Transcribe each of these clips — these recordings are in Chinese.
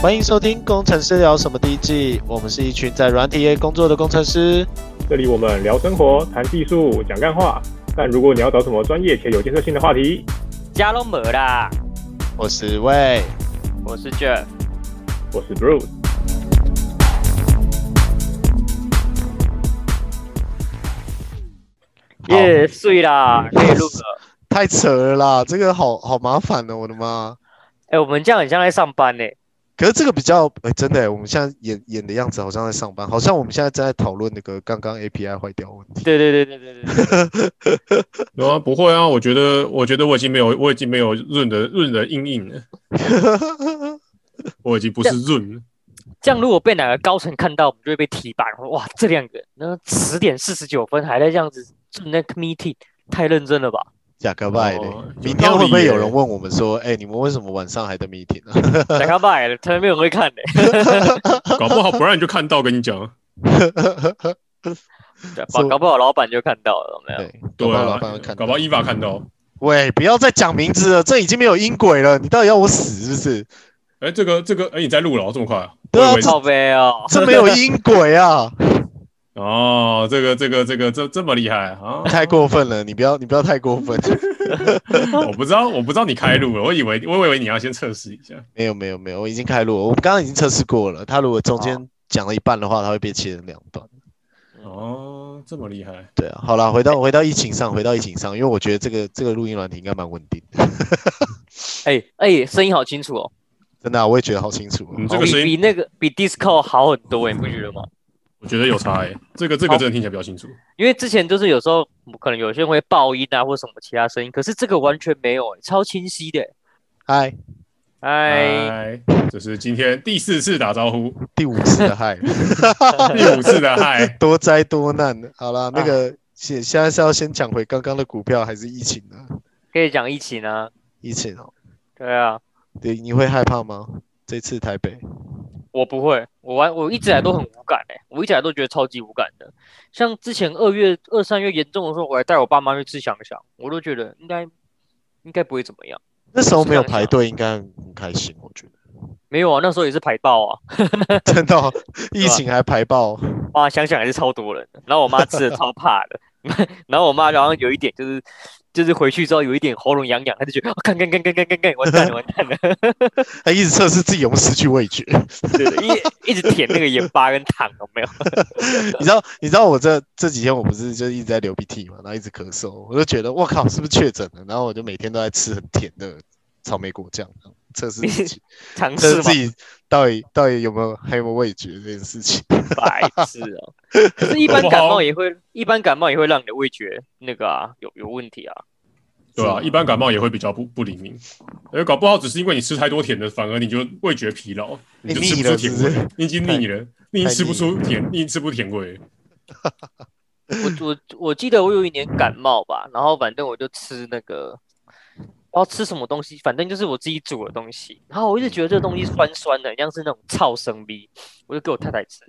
欢迎收听《工程师聊什么》第一季，我们是一群在软体业工作的工程师。这里我们聊生活、谈技术、讲干话。但如果你要找什么专业且有建设性的话题，加隆没啦，我是魏，我是 Jeff。我是 Bruce。好耶，睡啦，可以录了。太扯了啦，这个好好麻烦哦，我的妈！哎、我们这样很像在上班呢、可是这个比较，哎、真的耶，我们现在演演的样子好像在上班，好像我们现在正在讨论那个刚刚 API 坏掉的问题。对对对对对对对，有啊，不会啊，我觉得，我觉得我已经没有，我已经没有润的润的阴 影了，我已经不是润了。这样如果被哪个高层看到，我们就会被提拔。然后哇，这两个人，那十点四十九分还在这样子进那个 meeting，太认真了吧？雅各拜嘞哦，明天有道理会不会有耶人问我们说，哎、你们为什么晚上还在 meeting 啊？打开麦了，从来没有人会看的、搞不好不然你就看到，跟 你讲，对所以搞搞不好老板就看到了，有没有？对，搞对不好啊，老板会看到搞不好伊娃看到。 喂，不要再讲名字了，这已经没有音轨了，你到底要我死是不是？哎，这个这个，哎，你在录了哦，这么快啊？对啊我以为靠背哦，这没有音轨啊，哦，这个这个这个这这么厉害啊！太过分了，你不要你不要太过分。 我不知道，我不知道你开录了，我以为我以为你要先测试一下。没有没有没有，我已经开录了，我们刚刚已经测试过了。他如果中间讲了一半的话，他会被切成两段。哦，这么厉害，对啊，好啦，回到回到疫情上，回到疫情上，因为我觉得这个这个录音软体应该蛮稳定的，哎哎、声音好清楚哦，真的啊、我也觉得好清楚哦、嗯这个比声音比那个比 Disco 好很多、哎，你不觉得吗？我觉得有差哎，这个这个真的听起来比较清楚。因为之前就是有时候可能有些人会爆音啊，或什么其他声音，可是这个完全没有、欸，超清晰的、欸。嗨，哎，嗨，这是今天第四次打招呼，第五次的嗨， 第五次的嗨。多灾多难。好啦，那个现现在是要先讲回刚刚的股票还是疫情呢？可以讲疫情啊，疫情哦，对啊，对，你会害怕吗？这次台北，我不会，我玩我一直以来都很无感哎、我一直以来都觉得超级无感的。像之前二月、二三月严重的时候，我还带我爸妈去吃想想，我都觉得应该应该不会怎么样。那时候没有是这样排队，应该很开心，我觉得。 没有啊，那时候也是排爆啊，真的哦、疫情还排爆，哦哇，想想还是超多人的。然后我妈吃的超怕的， 然后我妈然后有一点就是就是回去之后有一点喉咙痒痒，她就觉得哦干干干干干干干，完蛋了完蛋了。还一直测试自己有没有失去味觉。对的，一一直舔那个盐巴跟糖，有没有？你知道，你知道我这这几天我不是就一直在流鼻涕嘛，然后一直咳嗽，我就觉得我靠，是不是确诊了？然后我就每天都在吃很甜的草莓果酱，测试自己，尝测试试嘛自，己到底到底有没有还有没有味觉这件事情。白痴哦。可是，一般感冒也会，一般感冒也会让你的味觉那个啊有有问题啊。对是吗啊，一般感冒也会比较不不灵敏，而搞不好只是因为你吃太多甜的，反而你就味觉疲劳，你 你就吃不腻了出甜是不味，你已经腻了，你已经吃不出甜，你已经吃不出甜味。我我我记得我有一年感冒吧，然后反正我就吃那个，然后吃什么东西，反正就是我自己煮的东西。然后我一直觉得这个东西酸酸的，很像是那种超生逼，我就给我太太吃。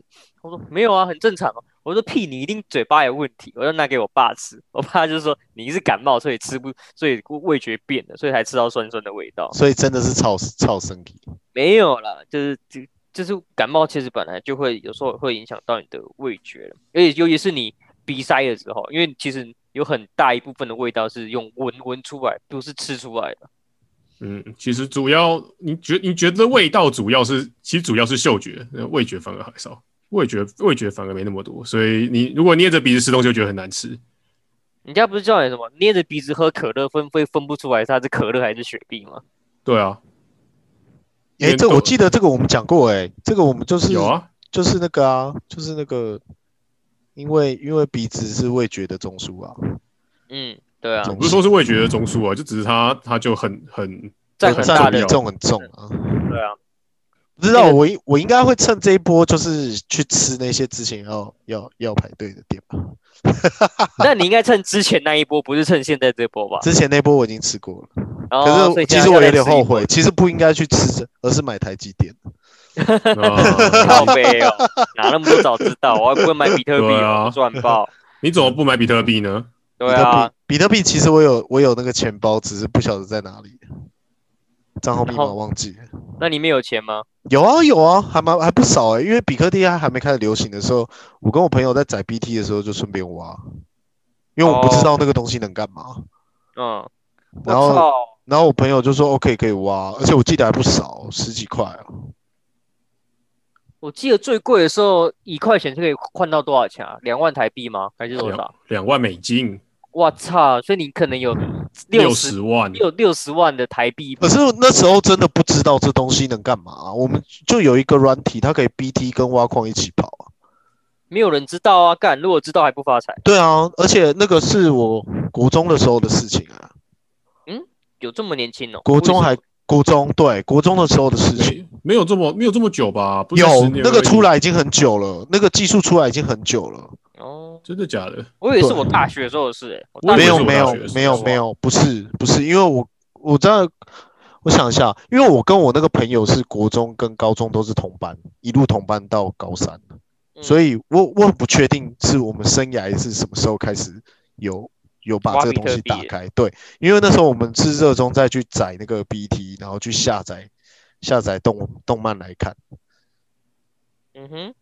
我说没有啊，很正常哦。我说屁，你一定嘴巴有问题。我就拿给我爸吃，我爸就说你是感冒，所以吃不，所以味觉变了，所以才吃到酸酸的味道。 所以真的是超超身体。没有啦，就是就就是感冒，其实本来就会有时候会影响到你的味觉了，而且尤其是你鼻塞的时候，因为其实有很大一部分的味道是用闻闻出来，不是吃出来的。嗯，其实主要你觉你觉得味道主要是，其实主要是嗅觉，呃味觉反而还少，味觉味觉反而没那么多，所以你如果捏着鼻子吃东西，就觉得很难吃。人家不是叫你什么捏着鼻子喝可乐分会分不出来它是可乐还是雪碧吗？对啊，哎、因为这都我记得这个我们讲过、哎，这个我们就是有啊，就是那个啊，就是那个，因为因为鼻子是味觉的中枢啊，嗯，对啊，中不是说是味觉的中枢啊，就只是它它就很很占很很占大重比的例，重很 重啊。对 啊，不知道那个我应我应该会趁这一波，就是去吃那些之前要要要排队的店吧。那你应该趁之前那一波，不是趁现在这波吧？之前那波我已经吃过了，然后可哦所是以现其在实我要有再点吃一后波悔，其实不应该去吃这，而是买台积电。靠啊 背哦，哪那么多早知道，我还不会买比 特币对哦啊，赚爆。你怎么不买比特币呢？对啊，比特币，比特币其实我有我有那个钱包，只是不晓得在哪里，账号密然码后忘记了。那你们有钱吗？有啊有啊，还蛮还不少哎、因为比克蒂它还没开始流行的时候，我跟我朋友在载 BT 的时候就顺便挖，因为我不哦知道那个东西能干嘛。嗯，我然后操，然后我朋友就说 OK 可以挖，而且我记得还不少，十几块啊。我记得最贵的时候一块钱就可以换到多少钱啊？两万台币吗？还是多少两？两万美金，我操，所以你可能有六十十万，六六十万的台币可是那时候真的不知道这东西能干嘛啊、我们就有一个软体，它可以 BT 跟挖矿一起跑啊。没有人知道啊！干，如果知道还不发财，对啊，而且那个是我国中的时候的事情啊，有这么年轻哦？国中我以还为国中对国中的时候的事情。没没有这么没有这么久吧？不是有10年那个而已出，来已经很久了，那个技术出来已经很久了。哦，真的假的？我以为是对我大学的时候的事哎，我我大以没学有为是我没大有学的时候没有没有，不是不是，因为我我真的我想一下，因为我跟我那个朋友是国中跟高中都是同班，一路同班到高三，嗯所以我我很不确定是我们生涯是什么时候开始有有把挖这个比东特西币打耶开。对，因为那时候我们是热衷在去载那个 BT，然后去下载下载动动漫来看。嗯哼，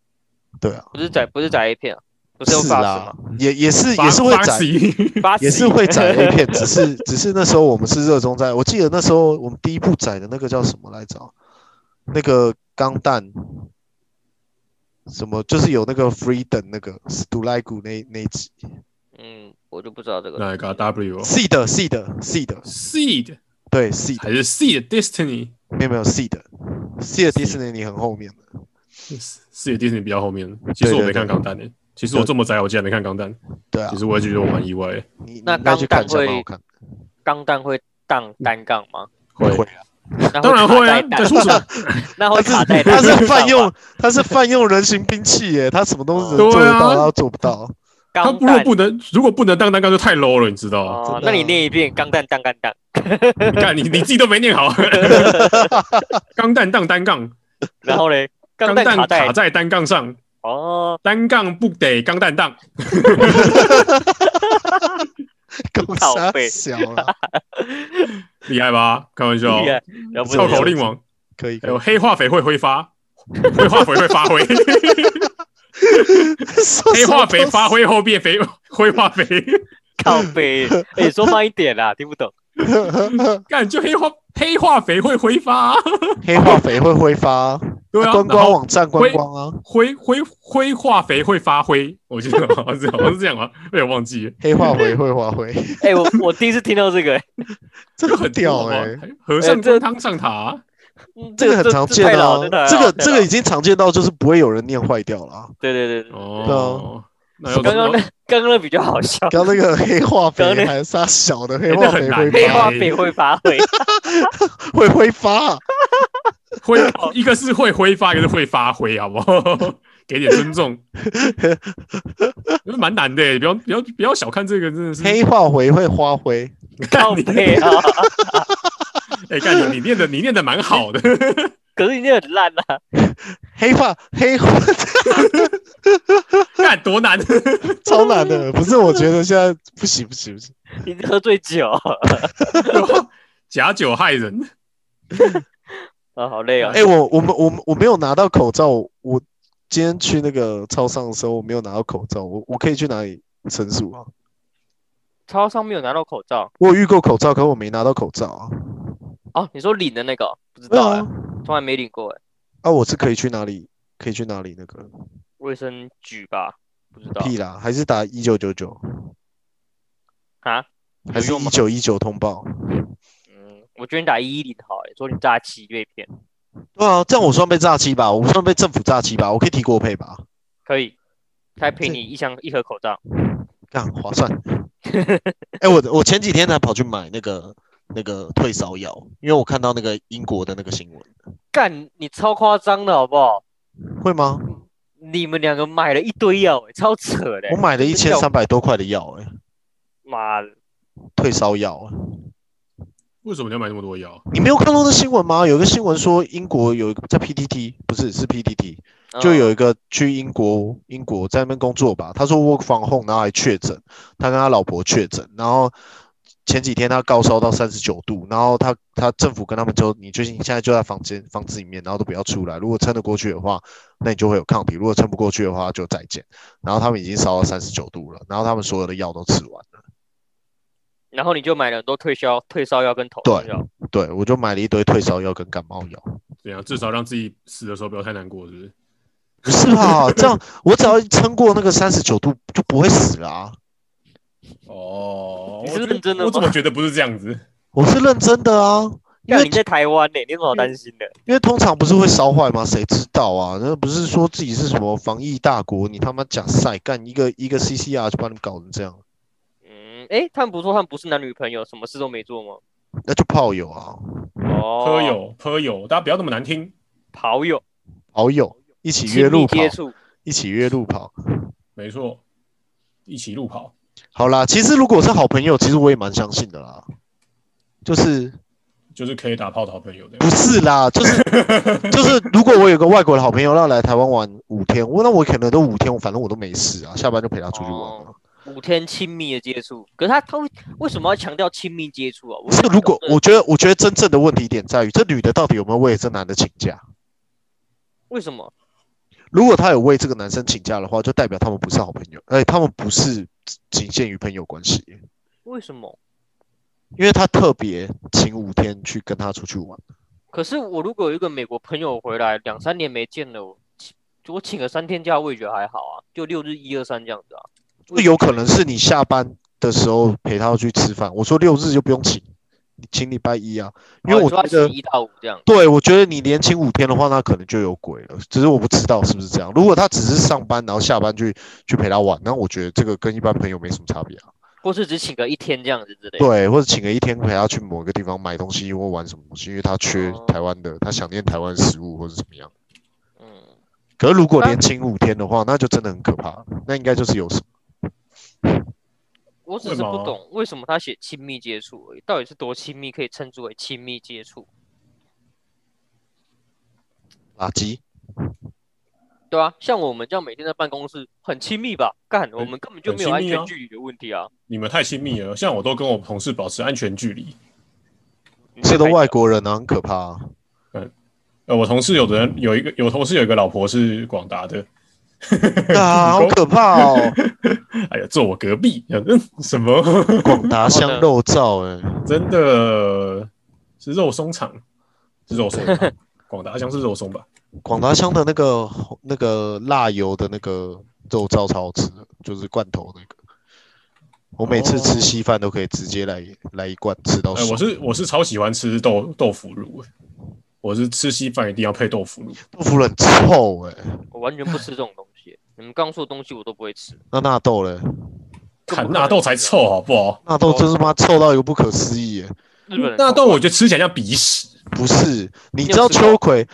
对啊，不是载不是载 A 片啊，不是用是发啦吗？，也也是八也是会八载。十 一发 也是会载 A 片，只是只是那时候我们是热衷在，我记得那时候我们第一部载的那个叫什么来着？啊那个钢弹，什么就是有那个 freedom 那个史杜赖古那那一集 嗯，我就不知道这个。哪一个 W 哦 seed seed seed Seed 对 seed 还是 Seed Destiny？没有没有 seed seed 迪士尼你很后面的， Seed Destiny 比较后面，其实我没看钢弹诶。其实我这么宅，我竟然没看钢弹。对啊其，实我也觉得我蛮意外的，你你那应该去看一下，钢弹会蛮钢弹好看的。会荡单杠 吗？会啊，那当然卡会啊在，在蛋说什么？那会它是卡在它蛋是上泛吧用， 它是泛用人形兵器耶，它什么东西对能做得啊到，它都做不到。 他钢不如弹不能，如果不能当单杠就太 low 了，你知道吗？哦真，那的你啊念一遍钢弹当钢弹，你看你你自己都没念好， 钢弹当单杠，然后嘞，钢钢弹弹卡带卡在单杠上，哦，单杠不得钢弹当。够靠傻背小了，厉害吧？开玩笑，厉害，了不绕口起，令王，可以还可以有。黑化肥会挥发，灰化肥会发灰，黑 黑化肥发挥后变肥，灰化肥，靠背，哎，说慢一点啦，听不懂。干就黑化黑化肥会挥发，黑化肥会挥发，对啊，观然光后网站观光啊，灰灰灰化肥会发灰，我记得好像是好像是这样啊，我也忘记了，黑化肥会发灰， 哎， 我我第一次听到这个，哎这就个很很屌哎、哎、和尚哎这端汤上塔，嗯这个很常见太啊老了，太这老个了这个已经常见到就是不会有人念坏掉了、啊。对对对，哦，哎那要刚刚那刚刚那比较好笑，刚刚那个黑化肥刚刚那还是它小的黑哎化那很 肥难会黑哎发化肥会发 挥，会挥发，挥一个是会挥发，一个是会发挥，好不好？给点尊重，因为蛮难的、欸不要不要不要小看这个，真的是黑化肥会发灰，靠背啊！哎，干、你你念的你念的蛮好的，可是你这很烂啊，黑化黑化 干多难，超难的，不是？我觉得现在不行不行不 行，你喝醉酒假酒害人，啊，好累啊！哎、我我们我们我没有拿到口罩，我今天去那个超商的时候我没有拿到口罩，我我可以去哪里申诉啊？超商没有拿到口罩我有预购口罩，可我没拿到口罩啊。哦，你说领的那个哦不知对道啊哎，，从来没领过哎，啊，我是可以去哪里？可以去哪里？那个卫生局吧？不知道屁啦，还是打一九九九，啊？还是有用一吗？九一九通报？嗯，我觉得你打一一零好哎，说你诈欺被骗，对啊，这样我算被诈欺吧？我算被政府诈欺吧？我可以提国赔吧？可以，他赔你一箱一盒口罩，干划 算。哎、我我前几天才跑去买那个那个退烧药，因为我看到那个英国的那个新闻，干你超夸张的好不好？会吗？你们两个买了一堆药哎，超扯的我哎，买了一真千的三百多块的药、哎，妈的，退烧药、哎为什么你要买那么多药？你没有看到那新闻吗？有一个新闻说英国有一个在 PTT，不是是 PTT，就嗯有一个去英国英国在那边工作吧，他说 work from home，然后还确诊，他跟他老婆确诊，然后前几天他高烧到三十九度，然后他他政府跟他们说，你最近现在就在房间房子里面，然后都不要出来。如果撑得过去的话，那你就会有抗体；如果撑不过去的话，就再见。然后他们已经烧到三十九度了，然后他们所有的药都吃完了。然后你就买了很多退烧退烧药跟头痛药，对我就买了一堆退烧药跟感冒药。怎样？至少让自己死的时候不要太难过，是不是？不 是吧？这样我只要撑过那个三十九度就不会死了啊！哦你是认真的吗我怎么觉得不是这样子？我是认真的啊，因但为你在台湾呢、欸你有什么好担心的？因为通常不是会烧坏吗？谁知道啊？那不是说自己是什么防疫大国，你他妈假赛干一个一个 CCR 就把你们搞成这样，嗯，哎、他们不说他们不是男女朋友，什么事都没做吗？那就炮友啊，哦，喝友，喝友，大家不要那么难听。跑友，跑友一起亲约密路跑，接触，一起约路跑。没错，一起路跑。好啦，其实如果是好朋友，其实我也蛮相信的啦。就是就是可以打炮讨朋友的。不是啦，就是 就是，如果我有个外国的好朋友要来台湾玩五天，我那我可能都五天，我反正我都没事啊，下班就陪他出去玩啊。哦五天亲密的接触，可是他他会为什么要强调亲密接触啊？我这不如果懂我觉得，我觉得真正的问题点在于，这女的到底有没有为这男的请假？为什么？如果她有为这个男生请假的话，就代表他们不是好朋友，哎，他们不是仅限于朋友关系，为什么？因为她特别请五天去跟他出去玩。可是我如果有一个美国朋友回来两三年没见了，我请我请个三天假，我也觉得还好啊，就六日一二三这样子啊。就有可能是你下班的时候陪她去吃饭。我说六日就不用请，你请礼拜一啊，因为我哦你说觉他得请一到五这样，对，我觉得你连请五天的话，那可能就有鬼了。只是我不知道是不是这样。如果他只是上班，然后下班去去陪他玩，那我觉得这个跟一般朋友没什么差别啊。或是只请个一天这样子之类的。对，或者请个一天陪他去某个地方买东西或玩什么东西，因为他缺哦台湾的，他想念台湾食物或者怎么样。嗯，可是如果那连请五天的话，那就真的很可怕。那应该就是有什么我只为是毛不啊懂为什么他写亲密接触而已，到底是多亲密可以称之为亲密接触？垃圾。对啊，像我们这样每天在办公室很亲密吧？干，我们根本就很没有亲安密啊全距离的问题啊。你们太亲密了，像我都跟我同事保持安全距离。你这都太外国人啊，很可怕、 啊。呃，我同事有的人有一个有同事有一个老婆是广达的，啊，好可怕 哦！哎呀，坐我隔壁，嗯，什么？广达香肉燥、欸，真的是肉松厂，是 肉松吧，广达像是肉松吧？广达香的那个那个辣油的那个肉燥超好吃的，就是罐头那个。我每次吃稀饭都可以直接来来一罐吃到哎、爽。我是我是超喜欢吃豆豆腐乳，哎我是吃稀饭一定要配豆腐乳。豆腐乳很臭哎、我完全不吃这种东西，你们刚说的东西我都不会吃。那纳豆嘞？看纳豆才臭好不好？纳豆真是妈臭到一个不可思议、欸！日本人纳豆我觉得吃起来像鼻屎， 不是，你你有知道吃过秋葵，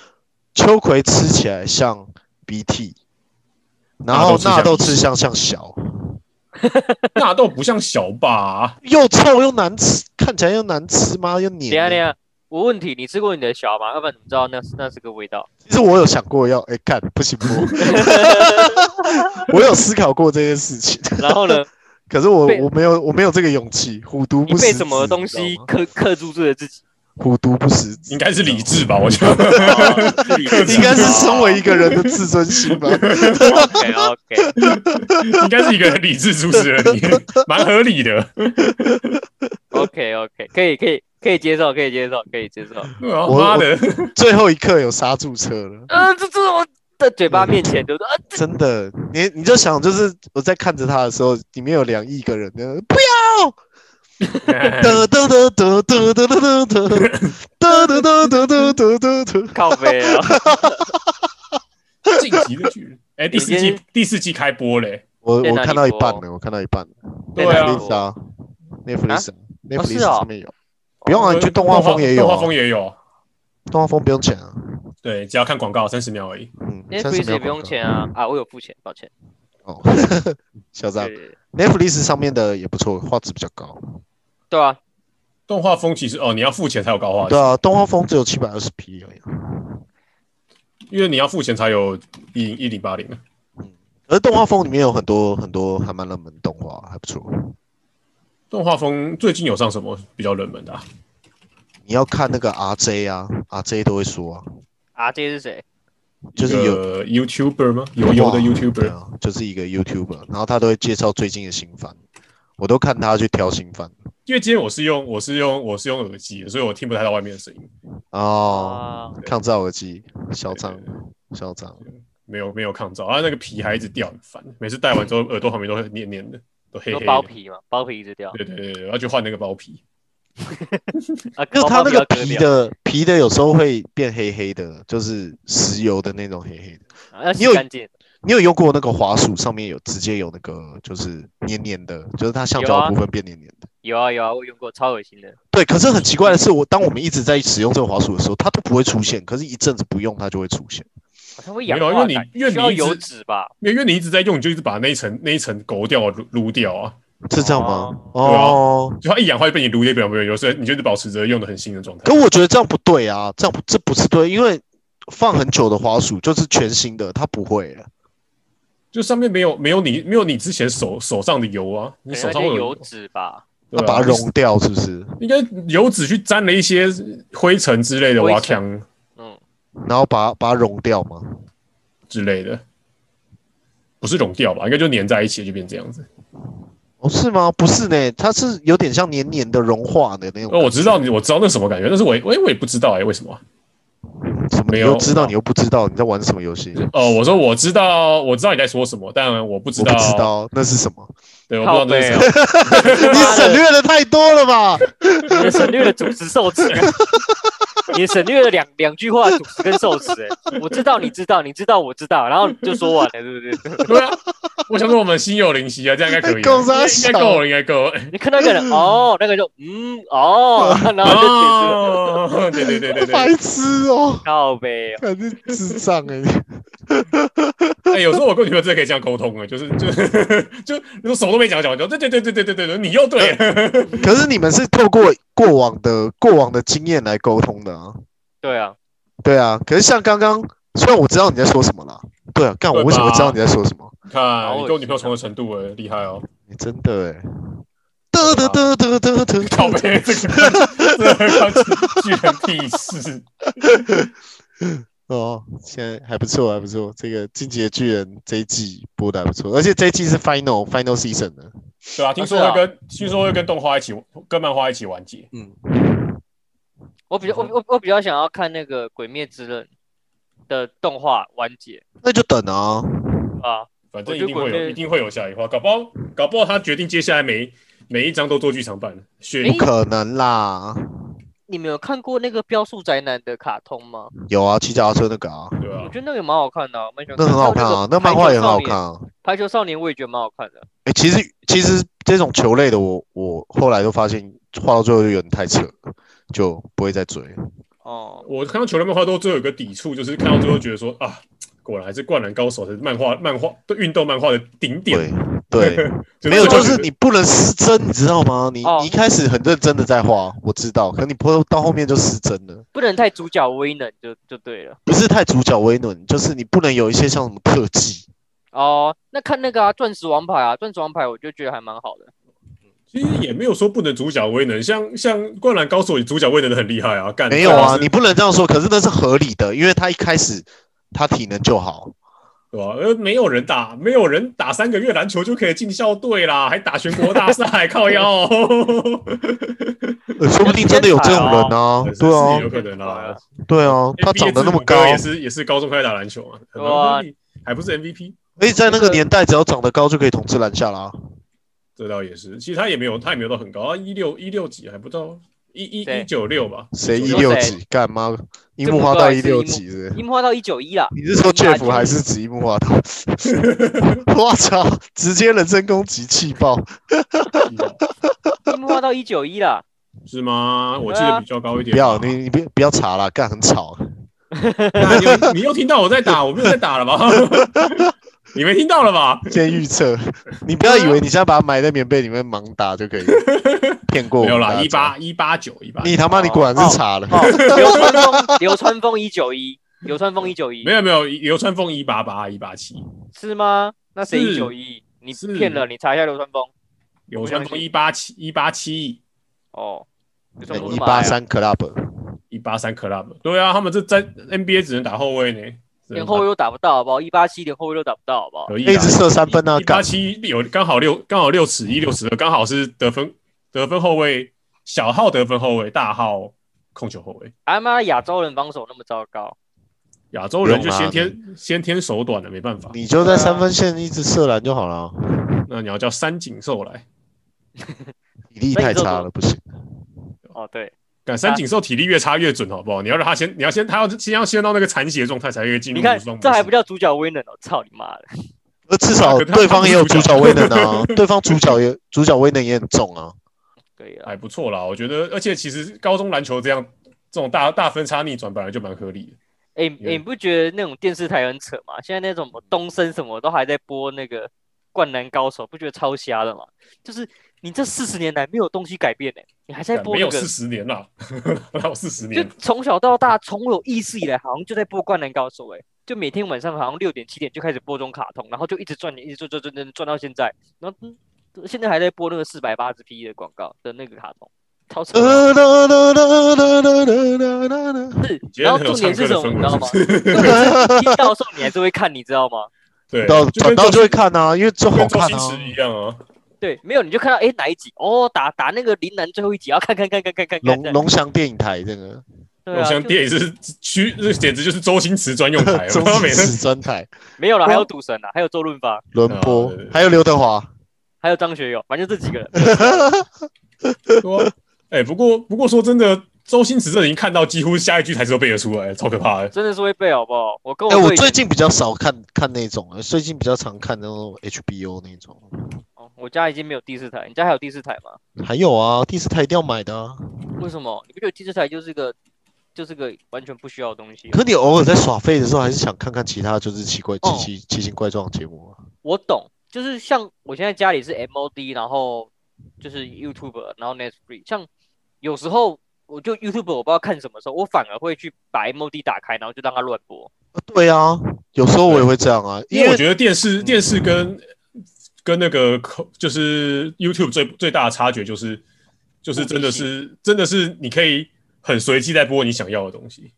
秋葵吃起来像鼻涕，然后纳纳豆豆吃吃像像小，纳豆不像小吧？又臭又难吃，看起来又难吃妈又等一下等一黏。下，我问题，你吃过你的小吗？要不然怎么知道那是那是个味道？其实我有想过要，哎、干不 行不，我有思考过这件事情，然后呢，可是我被我没有我没有这个勇气，虎毒你不食被子什么东西你知道吗克克住住了自己？虎毒不食子？应该是理智 吧？我觉得应该是身为一个人的自尊心吧。 OK OK，应该是一个很理智主持人， 你蛮合理的。 OK OK，可以可以可以接受，可以接受，可以接受。对啊我妈的，最后一刻有刹住车了。嗯、这这我在嘴巴面前就是啊，真的，你你就想，就是我在看着他的时候，里面有两亿个人，呃不哎要得得得得得得得得得得得得得得得得， 靠背啊， 晋级的巨人。哎，第四你今季天第四季开播嘞，我在我哪里看到一半播了，我看到一半了对在哪啊里，Netflix 播啊，Netflix 啊，Netflix 是哦上面有，不用啊，你去动画风也有动啊，画风也有。动画风不用钱啊，对，只要看广告三十秒而已。嗯，Netflix 也不用钱啊啊，我有付钱，抱歉。哦，嚣张对对对，Netflix 上面的也不错，画质比较高，对啊，动画风其实哦，你要付钱才有高画质对，啊，动画风只有七百二十 P 而已啊，因为你要付钱才有一一零八零。啊而动画风里面有很多很多还蛮冷门的动画，还不错。动画风最近有上什么比较冷门的、啊？你要看那个 RJ 啊，RJ 都会说啊，啊，这是谁？就是有有 YouTuber 吗？有有的哇 YouTuber 对啊，就是一个 YouTuber，然后他都会介绍最近的新番，我都看他去挑新番因为今天我是用我是用我是用耳机的，所以我听不太到外面的声音，哦。啊，抗噪耳机，嚣张对，嚣张。没有没有抗噪啊，那个皮还一直掉，很烦。每次戴完之后，耳朵旁边都会黏黏的，都黑说黑包的。皮嘛，包皮一直掉对对对对，我要去换那个包皮。啊，就包它哦那皮个要割皮掉的皮的有时候会变黑黑的，就是石油的那种黑黑的。啊要你有洗干净。你有用过那个滑鼠上面有直接有那个就是黏黏的，就是它橡有胶啊的部分变黏黏的。有啊有啊，我用过，超恶心的。对，可是很奇怪的是，我当我们一直在使用这个滑鼠的时候，它都不会出现，可是一阵子不用它就会出现。好像会没有氧啊化因为感你因为需要你一直油脂吧？因为因为你一直在用，你就一直把那一层那一层勾掉啊，撸撸掉啊，是这样吗？哦哦，就它一氧化就被你撸掉，表面有时候你就是保持着用的很新的状态可。我觉得这样不对啊，这样不这不是对，因为放很久的滑鼠就是全新的，它不会了。就上面没有没有你没有你之前手手上的油啊，你可手能上那会些有油脂吧，对那啊把它融掉是不是？应该油脂去沾了一些灰尘之类的灰挖尘墙嗯，然后把它把它融掉吗？之类的，不是溶掉吧？应该就粘在一起就变这样子。哦，是吗？不是呢，它是有点像黏黏的融化的那种哦，感觉。我知道你，我知道那什么感觉，但是我也我也我也不知道哎、为什么啊、什么？没你有又知道，你又不知道，你在玩什么游戏？哦，我说我知道，我知道你在说什么，但我不知我道，不知道那是什么。对，我不知靠道那是背什哦么。，你省略的太多了吧？ 你省略了主食受词， 你省略了两两句话主食跟受词。哎，我知道，你知道，你知道，我知道，然后就说完了，对 不对？对啊，我想说我们心有灵犀啊，这样应该可以啊，够傻应该够了，应该够了。你看那个人，哦，那个就嗯，哦，然后就结束了。哦，对对对对对，白痴哦，靠背哦，感觉智障哎、哎，有时候我跟我女朋友真的可以这样沟通啊，就是就是就就什么都没讲，讲完就对对对对对对对对，你又对了，可是你们是透过过往的过往的经验来沟通的啊？对啊，对啊，可是像刚刚，虽然我知道你在说什么啦，对啊，干我对吧为什么知道你在说什么？你看你跟我女朋啊友同的程度了，厉害哦，你真的哎、得得得得得得靠得，背这个这个居然屁事。哦，现在还不错，还不错。这个《进击的巨人》这一季播的还不错，而且这一季是 final final season 的。对啊，听说会跟、听说会跟动画一起跟漫画一起完结。嗯，我比较我我我比较想要看那个《鬼灭之刃》的动画完结那就等啊。啊，反我正觉得一定会鬼有，灭一定会有下一话。搞不好，搞不好他决定接下来每每一章都做剧场版，血诶不可能啦！你们有看过那个《标速宅男》的卡通吗？有啊，骑脚踏车那个啊，对我啊觉，得那个也蛮好看的啊，蛮喜欢那看。很好还看有啊，个那漫画也很好排球看少年。啊。排球少年我也觉得蛮好看的。哎、其实其实这种球类的我，我后来都发现画到最后就有点太扯了，就不会再追了。哦，我看到球类漫画都最后有个抵触，就是看到最后觉得说啊，果然还是《灌篮高手》是漫画漫画对运动漫画的顶对点。 对，是没有，就最后觉是得你不能失真，你知道吗？你哦你一开始很认真的在画，我知道，可你不到后面就失真了。不能太主角威能就就对了。不是太主角为暖，就是你不能有一些像什么特技，哦，那看那个啊，《钻石王牌》啊，《钻石王牌》我就觉得还蛮好的。其实也没有说不能主角威能，像像《灌篮高手》，主角威能的很厉害啊，干没有啊，真的是你不能这样说。可是那是合理的，因为他一开始他体能就好，对吧、呃，没有人打，没有人打三个月篮球就可以进校队啦，还打全国 大赛，靠腰、哦呃说不定真的有这种人啊，对 是有啊，可能啦。对啊，他长得那么高， NBA 字母哥也是也是高中开始打篮球啊，很哇多人还不是 MVP，而且在那个年代，只要长得高就可以统治篮下啦。这倒也是。其实他也没有，他也没有到很高，他啊一六一六几还不到一一对一九六吧？谁一有六谁几？干妈樱木花道一六几是不是？樱木花到一九一啦，你是说樱木花道 Jeff 还是指樱木花道？ 我操，直接人身攻击气爆！樱木花到一九一啦？是吗？我记对得啊比较高一点。不要你你不不要查了，干很吵。那你又 你又听到我在打，我没有在打了吧？ 你没听到了吧？先预测，你不要以为你现在把它埋在棉被里面盲打就可以骗过我。没有啦，一，八一八九一八，你他妈你果然是查了。 哦，流川枫，流川枫一九一，流川枫一九一没，有没有流川枫一八八一八七，是吗？那谁是一九一？你是骗了，你查一下流川枫。柳川峰一八七一八七亿哦，有这么多哎一买八啊三 club，一八三 club，对啊，他们这在 NBA 只能打后卫呢，只能连打后卫都打不到，好不好？一八七连后卫都打不到，好不好？可以那一直射三分啊，一八干七有刚好六刚好六尺一六尺二，刚好是得分得分后卫小号得分后卫大号控球后卫。啊妈，亚洲人防守那么糟糕，亚洲人就不用啊先天先天手短的，没办法。你就在三分线一直射篮就好了，啊那你要叫三井寿来，体力太差了不行。哦对，干三井寿体力越差越准，好不好？你要让他先，你要先，他要先要先到那个残血状态才可以进入你无双看模式。这还不叫主角威能哦，操你妈的！而至少可他对方也有主角威能 啊，对方主角也主角威能也很重啊。对啊，还不错啦，我觉得。而且其实高中篮球这样这种大大分差逆转本来就蛮合理的。哎、欸你不觉得那种电视台很扯吗？现在那种什么东森什么都还在播那个《灌篮高手》，不觉得超瞎的吗？就是你这四十年来没有东西改变呢、你还在干播啊没哎那有个四，十年啦， 哪有四十就年？从小到大，从我有意识以来，好像就在播《灌篮高手》哎，就每天晚上好像六点七点就开始播这种卡通，然后就一直赚钱，一直赚赚赚赚赚到现在，然后、嗯现在还在播那个四百八十 P 的广告的那个卡通，超啊扯呃的。哒哒哒哒哒哒哒哒哒是，今然后天很有重点唱是歌什的么，你知道氛吗围，？是不是？听到的时候你还是会看，你知道吗？对，啊到就转跟到周就会星看啊，因为这好跟周看星啊。驰一样啊。对，没有你就看到哎哪一集哦，打打那个林南最后一集，要看看看看看看看龙看，龙翔电影台这个。对我啊，像就电影是区，这简直就是周星驰专用牌 我中他每指次专台没有了，还有赌神啊，还有周润发，轮播啊对，还有刘德华，还有张学友，反正就这几个人。嗯说，哎、不过不过说真的，周星驰这已经看到几乎下一句台词都背得出来，超可怕的。真的是会背好不好？我跟哎，我我最近比较少看看那种了，最近比较常看那种 HBO 那种。哦我家已经没有第四台，你家还有第四台吗？还有啊，第四台一定要买的啊。为什么？你不觉得第四台就是个就是个完全不需要的东西吗？啊可你偶尔在耍废的时候，还是想看看其他就是奇怪、哦奇奇奇形怪状的节目啊。我懂，就是像我现在家里是 MOD，然后就是 YouTube，然后 Netflix。像有时候我就 YouTube 我不知道看什么时候，我反而会去把 MOD 打开，然后就让它乱播。对啊，有时候我也会这样啊，因因为为我觉得电视电视跟跟那个口就是 YouTube 最最大的差距就是就是真的是真的是你可以很随机在播你想要的东西。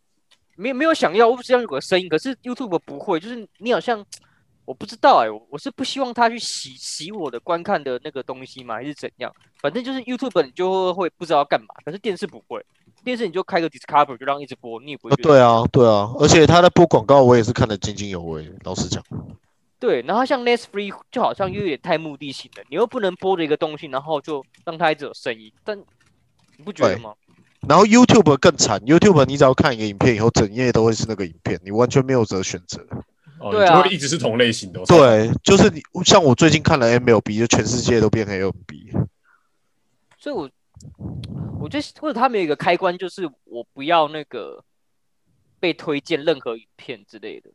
没有没有想要，我只想有个声音，可是 YouTube 不会，就是你好像我不知道哎、我我是不希望它去洗洗我的观看的那个东西吗？还是怎样？反正就是 YouTube 你就会不知道干嘛，可是电视不会，电视你就开个 Discover 就让一直播，你也不会呃觉得对啊，对啊，而且他在播广告，我也是看得津津有味。老实讲，对，然后像 Nest Free 就好像又有点太目的性了，你又不能播着一个东西，然后就让它一直有声音，但你不觉得对吗？然后 YouTube 更惨，YouTube 你只要看一个影片以后，整页都会是那个影片，你完全没有择选择。哦，对啊你就会一直是同类型的。我操，哦对，啊就是你像我最近看了 MLB，就全世界都变 MLB。所以我我觉得或者他们有一个开关，就是我不要那个被推荐任何影片之类的，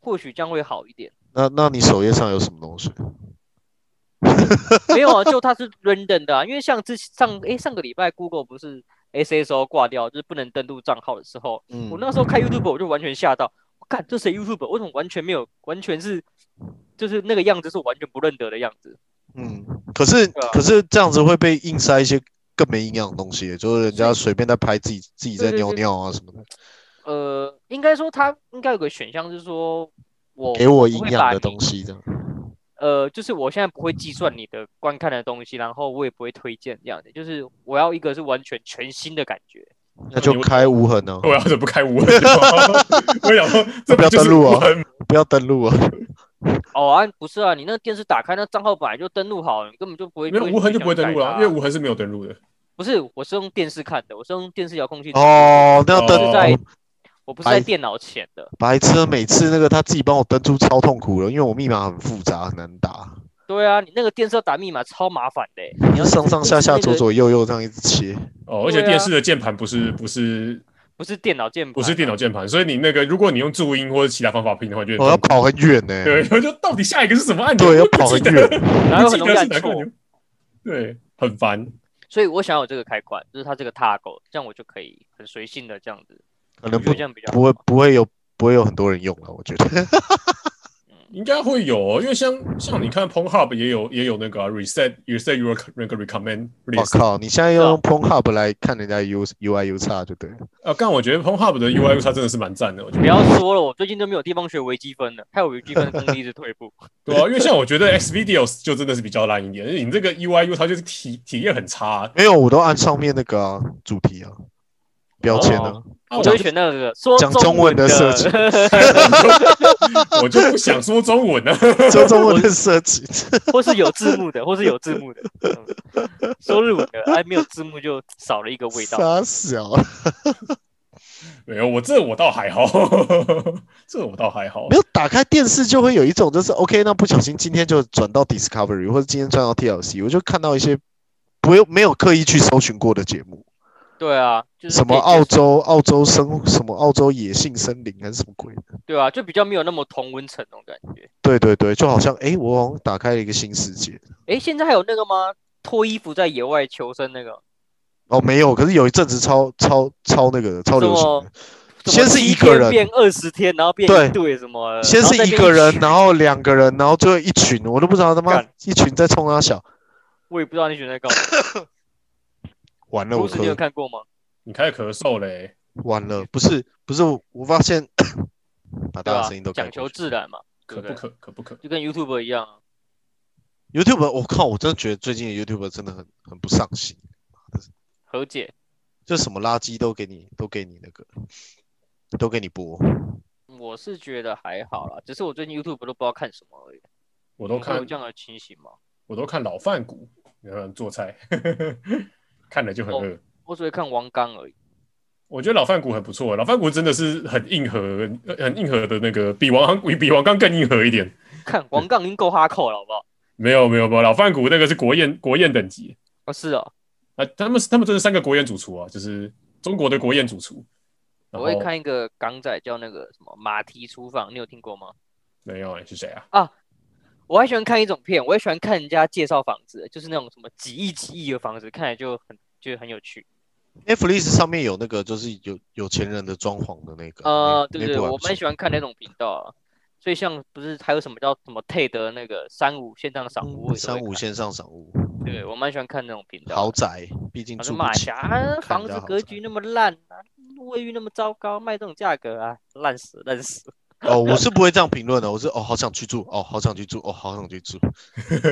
或许这样会好一点。那那你首页上有什么东西？没有啊，就它是 random 的啊，因为像之前上诶上个礼拜 Google 不是 SSO 挂掉，就是不能登录账号的时候，嗯我那时候开 YouTube 我就完全吓到，我看这谁 YouTube？为什么完全没有，完全是就是那个样子是我完全不认得的样子。嗯，可是对啊可是这样子会被硬塞一些更没营养的东西，就是人家随便在拍自己自己在对对尿对尿啊什么的。呃，应该说它应该有个选项是说我给我营不会把养的你东西，这样。呃，就是我现在不会计算你的观看的东西，然后我也不会推荐这样的，就是我要一个是完全全新的感觉。那就开无痕哦， 我要是不开无痕的话，我想说 这不要就是登录无啊痕不要登录啊。哦啊，不是啊，你那个电视打开，那账号本来就登录好了，你根本就不会没有会无痕去就不会想登录改了，它因为无痕是没有登录的。不是，我是用电视看的，我是用电视遥控器。，哦，那要我是在登我不是在白电脑前的。白痴，每次那个他自己帮我登出超痛苦了，因为我密码很复杂，很难打，对啊，你那个电视要打密码超麻烦的欸，你要上上下下左左右右这样一直切。哦，而且对啊嗯电视的键盘不是不是不是电脑键盘，啊不是电脑，键盘，所以你那个如果你用注音或者其他方法拼的话，就会我哦要跑很远呢，对，就到底下一个是什么按钮？对，要我不跑很记得远。然不后很记容易得是按哪个错按，钮对，很烦。所以我想要有这个开关，就是它这个 toggle，这样我就可以很随性的这样子，可我能觉不得这样比较不会不会有不会有很多人用了，我觉得。嗯，应该会有哦，因为像像你看 p o n g Hub 也有也有那个、啊、reset reset your 那个 recommend 我 list 靠，你现在啊要用 p o n h u b 来看人家 U U I U 差就对了。啊，但我觉得 p o n g Hub 的 UI 它真的是蛮赞的，我觉得不要说了，我最近都没有地方学微积分 了，害我微积分的功力一直退步。对啊，因为像我觉得 X Videos 就真的是比较烂一点，因为你这个 UIU 它就是体体验很差、啊。没有，我都按上面那个啊、主题啊标签啊。啊我我就就会选那个说讲中文文的设计我就不想说中文了。 说中文的设计， 或是有字幕的，或是有字幕的。嗯说日文的，哎，没有字幕就少了一个味道。 傻小。没有，我这我倒还好， 这我倒还好没。有打开电视就会有一种就是 OK，那不小心今天就转到 Discovery 或者今天转到 TLC，我就看到一些不用没有刻意去搜寻过的节目，对啊，就是什可么以澳接受？洲澳洲生什么澳洲野性森林还是什么鬼的。对啊，就比较没有那么同温层那种感觉。对对对，就好像诶，我好像打开了一个新世界。哎，现在还有那个吗？脱衣服在野外求生那个，哦，没有，可是有一阵子超超超那个的超流行的，什么先是七一个天人变二十天，然后变对一对什么的，先然后再是一变个人，群然后两个人，然后最后一群，我都不知道他妈干一群在冲他小，我也不知道你选在干嘛。完了我故事你有咳，看过吗？你开始咳嗽嘞，完了，不是不是，我发现 嗯对把大吧家声音都？改讲求过去自然嘛，对可不不对？可可不可？就跟 YouTube 一样啊。 YouTube，我、靠，我真的觉得最近的 YouTube 真的很很不上心，和解，就什么垃圾都给你都给你那个，都给你播。嗯我是觉得还好啦，只是我最近 YouTube 都不知道看什么而已。我都你会有看这样的情形吗？我都看老饭骨，然后做菜， 看了就很饿。我只会看王刚而已。我觉得老饭骨很不错，老饭骨真的是很硬核，很硬核的那个，比王比比王刚更硬核一点。嗯看王刚已经够哈扣了，好不好？没有没有没有，老饭骨那个是国宴国宴等级哦，是哦，啊，他们他们真的三个国宴主厨啊，就是中国的国宴主厨。然我后会看一个港仔叫那个什么马蹄厨房，你有听过吗？没有、欸、是谁啊？我还喜欢看一种片，我也喜欢看人家介绍房子，就是那种什么几亿几亿的房子，看起来就很就很有趣。 Netflix 上面有那个就是有有钱人的装潢的那个，呃，那对对，那部还我不蛮错喜欢看那种频道啊。所以像不是还有什么叫什么 TED 的那个三五线上赏屋，我也都会嗯三五看，线上赏物对我蛮喜欢看那种频道的。豪宅，毕竟我说住马不起。霞啊，看房人子家格豪宅局那么烂啊，卫浴那么糟糕，卖这种价格啊，烂死烂 死。哦，我是不会这样评论的，我是哦好想去住，哦好想去住，哦好想去住，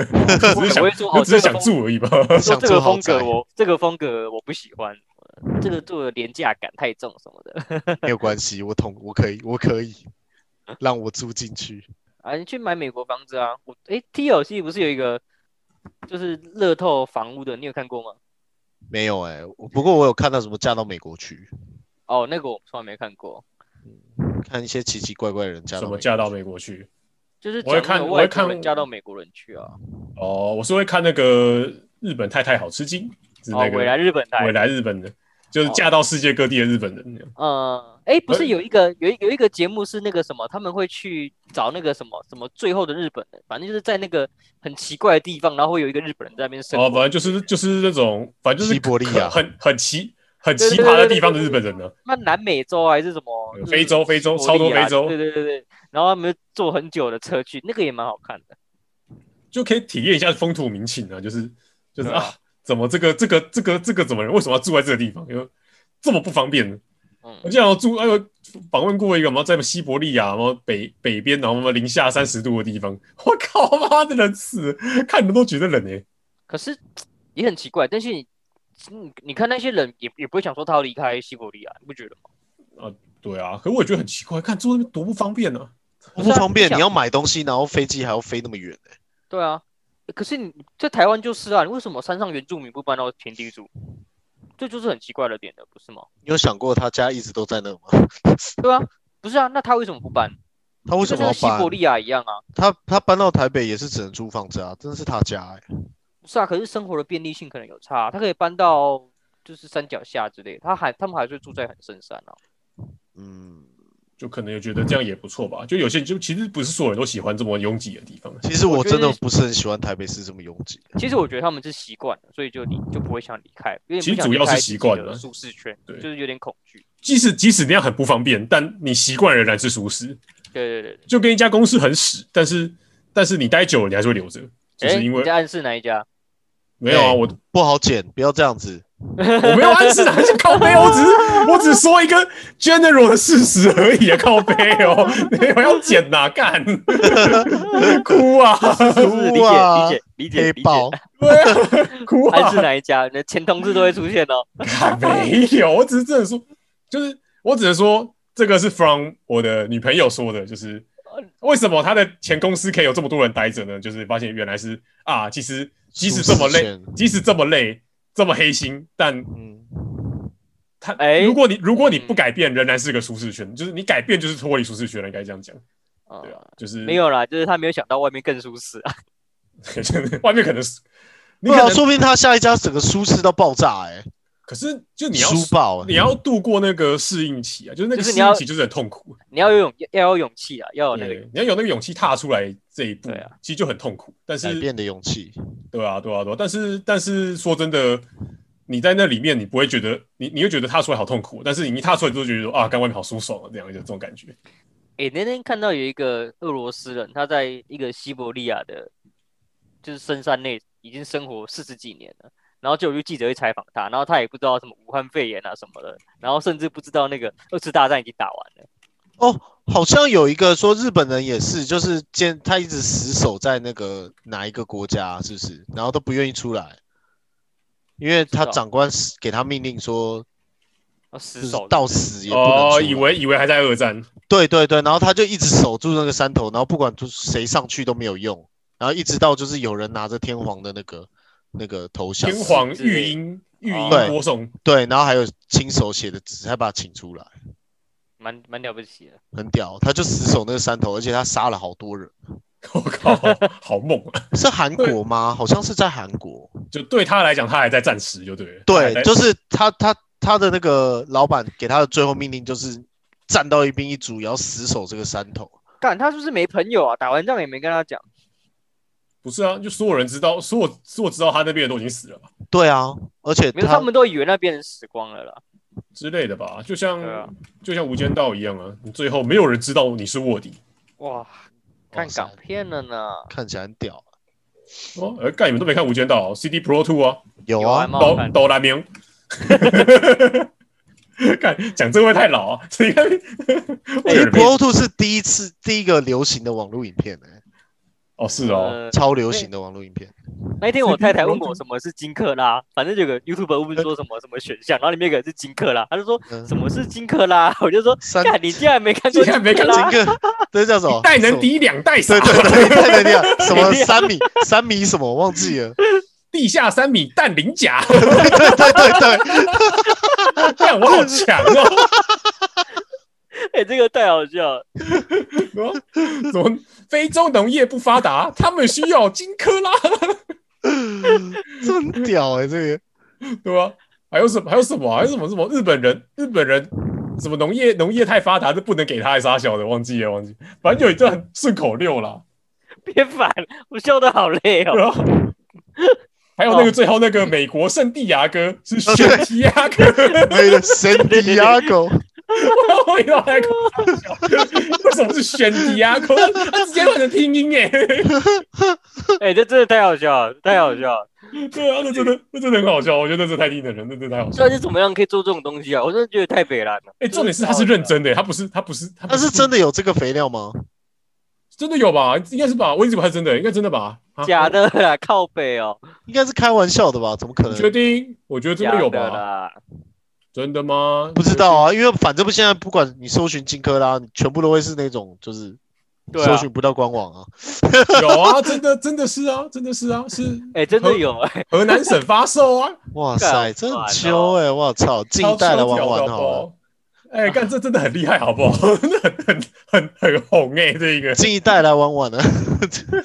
只是想我会说我哦，只是这个想风住而已吧。 说想这住个豪风宅格我 这个风格我不喜欢，呃这个做的廉价感太重什么的。 没有关系，我同我可以我可以让我住进去。啊，你去买美国房子啊！我诶 t l c 不是有一个就是乐透房屋的，你有看过吗？没有哎、我不过我有看到什么嫁到美国去，哦，那个我从来没看过，看一些奇奇怪怪的人嫁 什到么美嫁到国去美国去？就是我讲会那看个我外会国人看嫁到美国人去啊。哦，我是会看那个日本太太好吃惊，是哦那，个未来日本哦台未。来日本的，就是嫁到世界各地的日本人。呃，哎，不呃是有一个有一有一个节目是那个什么，他们会去找那个什么什么最后的日本人，反正就是在那个很奇怪的地方，然后会有一个日本人在那边生哦，活。反正就是就是那种，反正就是西伯利亚可很很奇很对奇对葩对的对地方的对日本人啊呢。那南美洲啊还是什么呃？非洲非洲西伯超多利亚非洲对对对对，然后他们就坐很久的车去，那个也蛮好看的。就可以体验一下风土民情啊，就是就是对啊啊，怎么这个这个这个这个怎么人为什么要住在这个地方？因为这么不方便呢？嗯我，记得我住哎呦，访问过一个嘛，在西伯利亚然后北北边，然后嘛零下三十度的地方，我靠妈的冷死，看着都觉得冷哎、可是也很奇怪，但是你你你看那些人也也不会想说他要离开西伯利亚，你不觉得吗？对啊，可我也觉得很奇怪，看住那边多不方便呢、啊。不是啊方便，你想你要买东西，然后飞机还要飞那么远、欸，对啊，可是你在台湾就是啊，你为什么山上原住民不搬到平地住？这就是很奇怪的点了，不是吗？你有想过他家一直都在那吗？对啊，不是啊，那他为什么不搬？他为什么就跟那要个西伯搬？利亚一样啊？他他搬到台北也是只能租房子啊，真的是他家哎、不是啊，可是生活的便利性可能有差啊、他可以搬到就是山脚下之类的，他还他们还是住在很深山啊。嗯，就可能也觉得这样也不错吧。就有些人就其实不是所有人都喜欢这么拥挤的地方。其实我我觉得真的不是很喜欢台北市这么拥挤。啊其实我觉得他们是习惯了，所以就离就不会想离开，因为其实主要是习惯了了舒适圈，对就是有点恐惧。即使即使那样很不方便，但你习惯仍然是舒适。对对对，就跟一家公司很屎，但是但是你待久了你还是会留着，就哎、是因为你在暗示哪一家？没有啊，哎我不好剪，不要这样子。我没有暗示哪些靠背，我只是我只说一个 general 的事实而已啊，靠背哦， 没有要剪呐、干， 哭啊，是是理解哇理解理解黑理豹解，，对啊，哭暗啊示，哪一家？你的前同事都会出现哦。干 没有，我只是真的说，就是我只能说这个是 from 我的女朋友说的，就是为什么她的前公司可以有这么多人待着呢？就是发现原来是啊，其实即使这么舒适累圈，即使这么累，这么黑心，但嗯，他，哎如果你如果你嗯不改变，仍然是个舒适圈，就是你改变就是脱离舒适圈了，应该这样讲，哦对啊，就是 没，有啦，就是他没有想到外面更舒适啊。 外面可能是，你对可啊，能，说不定他下一家整个舒适到爆炸哎、可是就你要舒爆、欸你要度过那个适应期啊，就是那个就是适你要应期就是很痛苦，你要有勇，要有勇气啊，要有那个对，你要有那个勇气踏出来这一步对啊，其实就很痛苦，但改是变的勇气。对啊，对啊，对啊。但是，但是说真的，你在那里面，你不会觉得你，你会觉得踏出来好痛苦，但是你一踏出来就觉得说啊，干外面好舒爽啊，这样就这种感觉。诶，哎那天看到有一个俄罗斯人，他在一个西伯利亚的，就是深山内已经生活四十几年了，然后就有一个记者去采访他，然后他也不知道什么武汉肺炎啊什么的，然后甚至不知道那个二次大战已经打完了。哦，好像有一个说日本人也是，就是坚他一直死守在那个哪一个国家，是不是？然后都不愿意出来，因为他不知道长官是给他命令说，要死就是守到死也不能出哦，来以为以为还在二战，对对对，然后他就一直守住那个山头，然后不管就谁上去都没有用，然后一直到就是有人拿着天皇的那个那个头像天，皇之御类鹰御哦鹰对播送， 对，然后还有亲手写的字，还把他请出来，蛮蛮了不起的。很屌，他就死守那个山头，而且他杀了好多人，我靠，好梦啊！是韩国吗？好像是在韩国，就对他来讲，他还在战时，就对了。哎他还对哎在，就是他他他的那个老板给他的最后命令就是站到一兵一卒，也要死守这个山头。干，他是不是没朋友啊？打完仗也没跟他讲。不是啊？就所有人知道，所有所有知道他那边的都已经死了吧对啊，而且没有，他们都以为那边人死光了啦。之类的吧？就像、对啊就像《无间道》一样啊，你最后没有人知道你是卧底哇，看哇塞港片了呢。看起来很屌，哦。呃，干你们都没看《无间道》，CD Pro Two 啊，有有啊啊蛮，好抖看的抖蓝 明。看讲这会不会太老啊， 这应该会啊有人没哎 Pro Two 是第一次第一个流行的网络影片欸哦是哦，呃超流行的网络影片，那一天我太太问我什么是金克拉，反正有个 YouTube 问说什么什么选项，然后里面有个是金 克拉，他就说嗯什么是金克拉， 我就说，三干你竟然没看过 竟然没金看克过拉这，个这叫什么？呃一代什能么敌两代傻对，对对对对对，啊什啊么三米三米什么我忘记了， 地下三米弹鳞甲， 对对对对，干我好强哦。 哎，这个太好笑了，哦怎么非洲农业不发达，他们需要金克拉，这很屌哎、这个对吧？还有什么？还有什么啊？还有什么什么日本人？日本人什么农业农业太发达，这不能给他还杀小的，忘记了忘记。反正有一段顺口溜啦，别烦，我笑得好累对 哦。吧？还有那哦个最后那个美国圣地亚哥是圣地亚哥，那 个 San Diego，我回到那个为什么是圣地亚哥？他直接换成拼音欸耶！哎，这真的太好笑 了，太好笑了。对啊，那真的那真的很好笑，我觉得那是太低能人，那真的太好笑到。底是怎么样可以做这种东西啊？我真的觉得太北 蓝了。哎、重点是他是认真的、他不是他不是他不他是真的的有这个肥料吗？真的有吧？应该是吧？我一直以为他是真的，应该真的吧？啊假的啦，靠北哦，应该是开玩笑的吧？怎么可我确能？定？我觉得真假的有的吧？啦，真的吗？不知道啊，因为反正不现在不管你搜寻金科拉，你全部都会是那种就是对搜啊，寻不到官网啊。有啊，真的真的是啊，真的是啊，是哎，真的 有哎，河南省发售啊，哇干塞，这好很烦秋哎、我操，近代来玩玩好了。了。哎、干这真的很厉害，好不好？ 真的很很很很红哎、这一个近一代来玩玩了，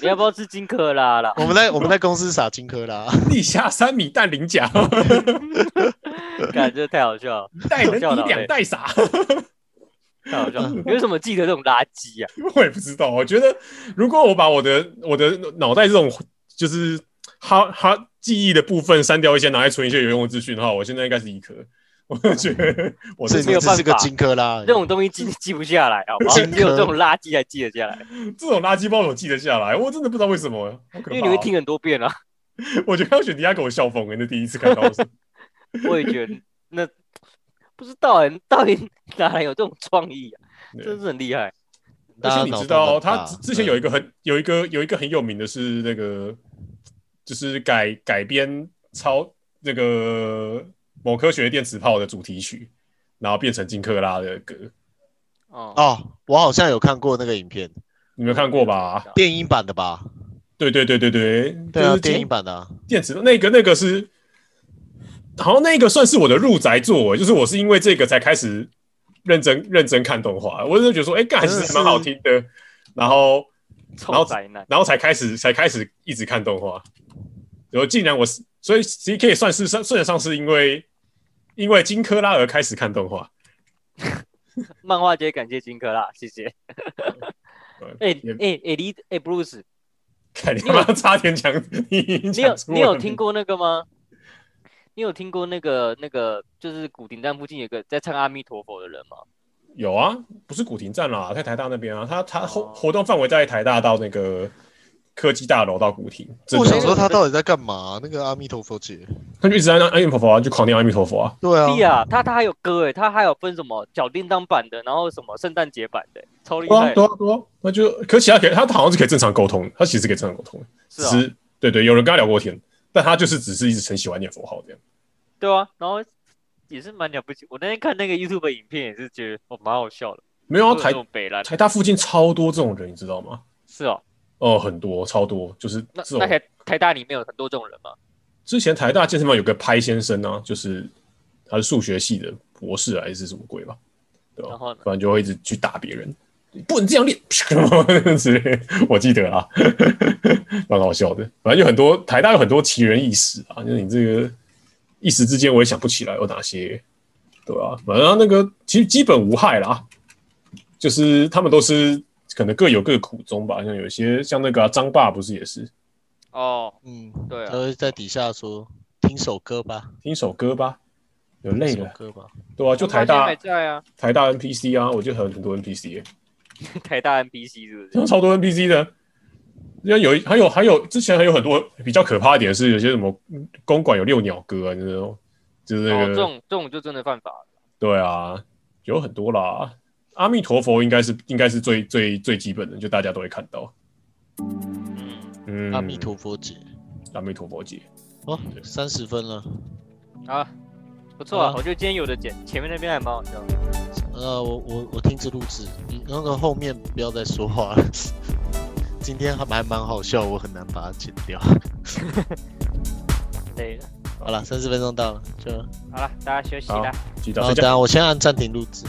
你要不要吃金克拉啦？ 我们在我们在公司撒金科拉，地下三米弹鳞甲，感觉太好笑了，代能敌两代傻。太好笑 了。你为什么记得这种垃圾啊？我也不知道，我觉得如果我把我的我的脑袋这种就是哈哈记忆的部分删掉一些，拿来存一些有用的资讯的话，我现在应该是医科。我就觉嗯得我所这以你有只办是个法金坷啦而已，这种东西嗯记记不下来，好 不好？金只有科这种垃圾才记得下来，这种垃圾包我记得下来，我真的不知道为什么，好可怕因为哎哦你会听，很多遍啊。我觉得要选迪亚给我笑疯了，欸那第一次看到我是我也觉得那不知道哎、到底哪来有这种创意啊？对真是很厉害。大而家且你脑知洞道，哦很他大之之前嗯有一个很有一个有一个很有名的是那个，就是改改编超那个某科学电磁炮的主题曲，然后变成金克拉的歌，哦，哦，我好像有看过那个影片，你们看过吧？电影版的吧？对对对对对，对啊，就是金电影版的啊、电磁那个那个是，好像那个算是我的入宅作，欸就是我是因为这个才开始认真认真看动画，我就觉得说，哎、干还真的是是蛮好听的，然后然臭后宅男，然后才开始才开始一直看动画。然后竟然我是，所以 C K 算是算算得上是因为因为金科拉而开始看动画。漫画界感谢金科啦，谢谢。哎对也哎哎，你哎 Bruce，看你他妈差点讲，你你你有你有听？过那个吗？你有听过那个那个就是古亭站附近有个在唱阿弥陀佛的人吗？有啊，不是古亭站啦，在台大那边啊，他他活哦活动范围在台大到那个科技大楼到古亭，这我这想说他到底在干嘛？那个阿弥陀佛姐，他就一直在那阿弥陀佛啊，就狂念阿弥陀佛啊，对啊，对啊，他他还有歌哎，他还有分什么小叮当版的，然后什么圣诞节版的，超厉对啊害的。对啊对啊，那就可其他可以，他好像是可以正常沟通，他其实可以正常沟通，是只啊，是对对，有人跟他聊过天，但他就是只是一直很喜欢念佛号这样。对啊，然后也是蛮了不起。我那天看那个 YouTube 影片也是觉得哦蛮好笑的，没有然啊，后台北蓝台大附近超多这种人，你知道吗？是哦，哦，很多，超多，就是哦那这那种。台台大里面有很多这种人嘛，之前台大健身房有个拍先生啊，就是他是数学系的博士啊还是什么鬼吧，对吧？然后呢反正就会一直去打别人，不能这样练 之类的，我记得啊， 蛮好笑的。反正有很多台大有很多奇人异事啊，就是你这个一时之间我也想不起来有哪些，对啊，反正那个其实基本无害啦，就是他们都是可能各有各苦衷吧，像有些像那个啊张、爸不是也是哦，嗯，对啊他呃会在底下说听首歌吧，听首歌吧，有累听首了，歌吧，对啊，就台他大现在还在啊，台大 NPC 啊，我觉得很很多 NPC，耶 台大 NPC 是不好像是？超多 NPC 的。因为有一还有还有之前还有很多比较可怕一点的是，有些什么嗯公馆有遛鸟哥啊，就是就是哦，那这个、种这种就真的犯法了。对啊，有很多啦。阿弥陀佛应该是应该是最最最基本的，就大家都会看到。嗯，嗯，阿弥陀佛姐，阿弥陀佛节，哦，三十分了，啊，不错啊，好吧我觉得今天有的剪前面那边还蛮好笑的。呃，我我我停止录制，你那个后面不要再说话了。 今天还蛮蛮好笑，我很难把它剪掉。累了，好了，三十分钟到了，就好了，大家休息好啦。记得然后再等见下我先按暂停录制。